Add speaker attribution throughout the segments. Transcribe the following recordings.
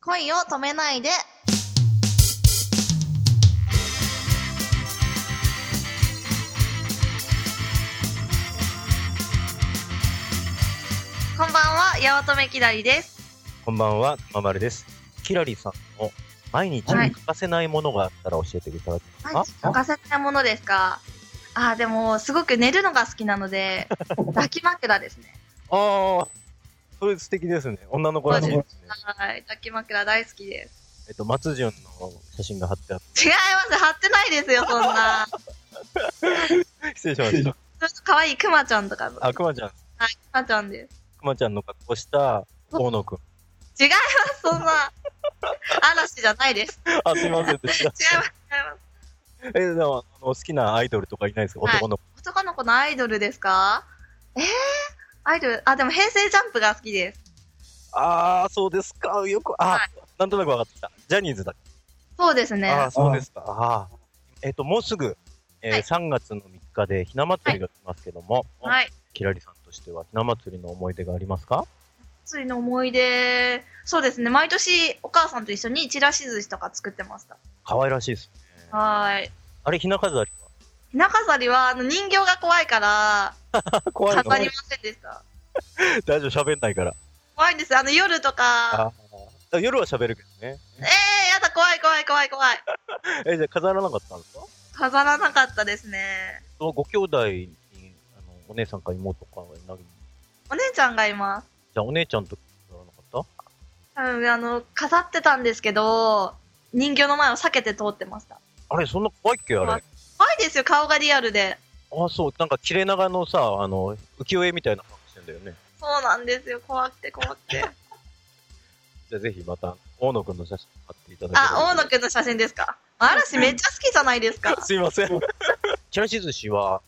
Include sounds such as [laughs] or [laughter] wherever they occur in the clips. Speaker 1: 恋を止めないで。こんばんは、八乙女きだりです。
Speaker 2: こんばんは、ままるです。キラリさんの毎日
Speaker 1: はい
Speaker 2: 欠かせないものがあったら教えていただけますか、
Speaker 1: 何欠かせないものですかあー、でも、すごく寝るのが好きなので、抱き枕ですね。
Speaker 2: ああー、それ素敵ですね。女の子らしいですね。
Speaker 1: はい、抱き枕大好きです。
Speaker 2: えっと、松潤の写真が貼ってあっ
Speaker 1: 違います、貼ってないですよ、そんな。
Speaker 2: て、 [laughs] 失礼しました。
Speaker 1: ちょっと可愛いクマちゃんとかの。は
Speaker 2: あ、
Speaker 1: い、ク
Speaker 2: くまちゃん、く
Speaker 1: マちゃんです。
Speaker 2: まちゃんの格好した大野くん。
Speaker 1: 違います、そんな。嵐じゃないです。
Speaker 2: あ、すいませんでし
Speaker 1: [laughs] 違い
Speaker 2: た。
Speaker 1: ます、違います。
Speaker 2: え、でも、あの好きなアイドルとかいないですか
Speaker 1: はい
Speaker 2: 男の子。
Speaker 1: 男の子のアイドルですかえー、アイドル、あ、でも平成ジャンプが好きです。
Speaker 2: ああ、そうですか。よく、あ、
Speaker 1: は
Speaker 2: なんとなく分かってきた。ジャニーズだ。
Speaker 1: そうですね。
Speaker 2: ああ、
Speaker 1: は
Speaker 2: そうですか。ああ。えっと、もうすぐ、えー
Speaker 1: はい
Speaker 2: 3月の3日でひな祭りが来ますけども、
Speaker 1: い。
Speaker 2: キラリさんとしてはひな祭りの思い出がありますか
Speaker 1: ついの思い出、そうですね。毎年お母さんと一緒にちらし寿司とか作ってました。
Speaker 2: 可愛らしいですね。
Speaker 1: はーい。
Speaker 2: あれ、ひな飾り
Speaker 1: ひな飾りは、あの、人形が怖いから、
Speaker 2: は [laughs] 怖いの
Speaker 1: 飾りませんでした。
Speaker 2: 大丈夫、喋んないから。
Speaker 1: 怖いんですよ。あの、夜とか、
Speaker 2: ああ夜は喋るけど
Speaker 1: [laughs]
Speaker 2: ね。
Speaker 1: えー、やだ、怖い、怖い、怖い、怖い。
Speaker 2: え、じゃあ飾らなかったんですか
Speaker 1: 飾らなかったですね。
Speaker 2: そのご兄弟に、あの、お姉さんか妹かがいない。じ
Speaker 1: お姉ちゃんがいます。
Speaker 2: ゃあお姉ちゃんと飾らなかっ
Speaker 1: 多分あの、飾ってたんですけど、人形の前を避けて通ってました。
Speaker 2: たあれ、そんな怖いっけあれ。
Speaker 1: 怖い
Speaker 2: あ
Speaker 1: 怖いですよ、顔がリアルで。
Speaker 2: あ、そう。なんか切れ長のさ、あの、浮世絵みたいな感じしてんだよね。
Speaker 1: そうなんですよ、怖くて怖く [laughs] て。
Speaker 2: じゃあぜひまた、大野くんの写真買っていただければ
Speaker 1: あ、大野くんの写真ですか。嵐めっちゃ好きじゃ [laughs] ないですか。
Speaker 2: すいません。 [laughs] チラシ寿司は、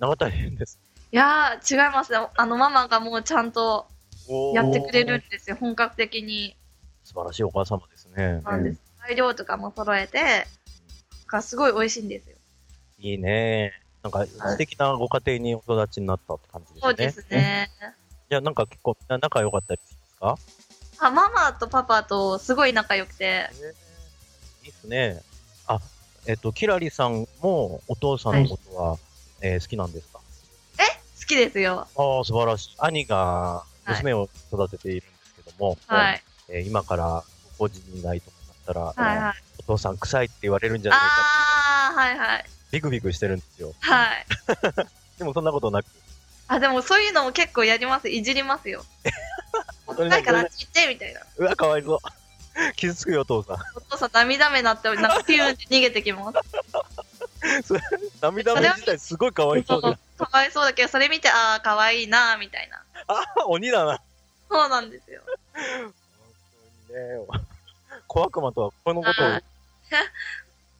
Speaker 2: 長大変です。
Speaker 1: いやー、違いますよ。あの、ママがもうちゃんと
Speaker 2: おー
Speaker 1: やってくれるんですよ、本格的に。
Speaker 2: 素晴らしいお母様ですね。
Speaker 1: なんです。材料とかも揃えて、がすごい美味しいんですよ。
Speaker 2: いいね。なんか、素敵なご家庭にお育ちになったって感じですね。
Speaker 1: そうですね。
Speaker 2: じゃあ、なんか結構みんな仲良かったりしますか
Speaker 1: あ、ママとパパとすごい仲良くて、
Speaker 2: いいっすね。あ、えっと、キラリさんもお父さんのことは、えー好きなんですか
Speaker 1: 好きですよ。
Speaker 2: ああ、素晴らしい。兄が娘を育てているんですけども、
Speaker 1: はい。
Speaker 2: えー今からご時にないとかなったら、
Speaker 1: はいはい。
Speaker 2: お父さん臭いって言われるんじゃないか
Speaker 1: あー、はいはい。
Speaker 2: ビクビクしてるんですよ。
Speaker 1: はい。
Speaker 2: でもそんなことなく。
Speaker 1: あ、でもそういうのも結構やります。いじります [laughs] よ。
Speaker 2: 本当に
Speaker 1: だからちってみたいな。
Speaker 2: うわ、かわいそう。 [laughs] 傷つくよ、お父さん。
Speaker 1: お父さん涙目になって、なんかピューンって逃げてき
Speaker 2: [laughs]
Speaker 1: ます。
Speaker 2: 涙目自体すごいかわいそうだ。
Speaker 1: かわいそうだけど、それ見て、あー、かわいいなーみたいな。
Speaker 2: あ、 [laughs] 鬼だな。
Speaker 1: そうなんですよ。
Speaker 2: 本当にね。小悪魔とはこのことを
Speaker 1: はい。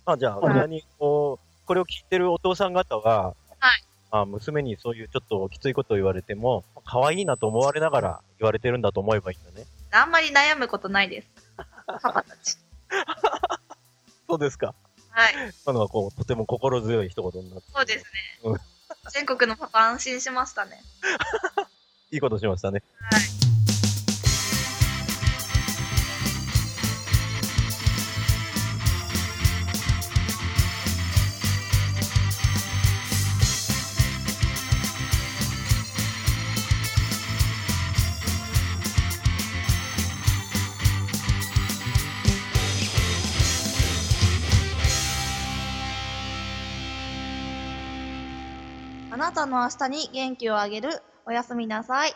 Speaker 2: あ、じゃあ、こんなに、こう、これを聞いてるお父さん方は、
Speaker 1: はい
Speaker 2: あ娘にそういうちょっときついことを言われても、可愛いなと思われながら言われてるんだと思えばいいんだね。
Speaker 1: あんまり悩むことないです。パパたち。
Speaker 2: そうですか。
Speaker 1: はい。
Speaker 2: 今のはこう、とても心強い一言になって。
Speaker 1: そうですね
Speaker 2: うん。
Speaker 1: 全国のパパ安心しましたね。
Speaker 2: いいことしましたね。
Speaker 1: あなたの明日に元気をあげる。おやすみなさい。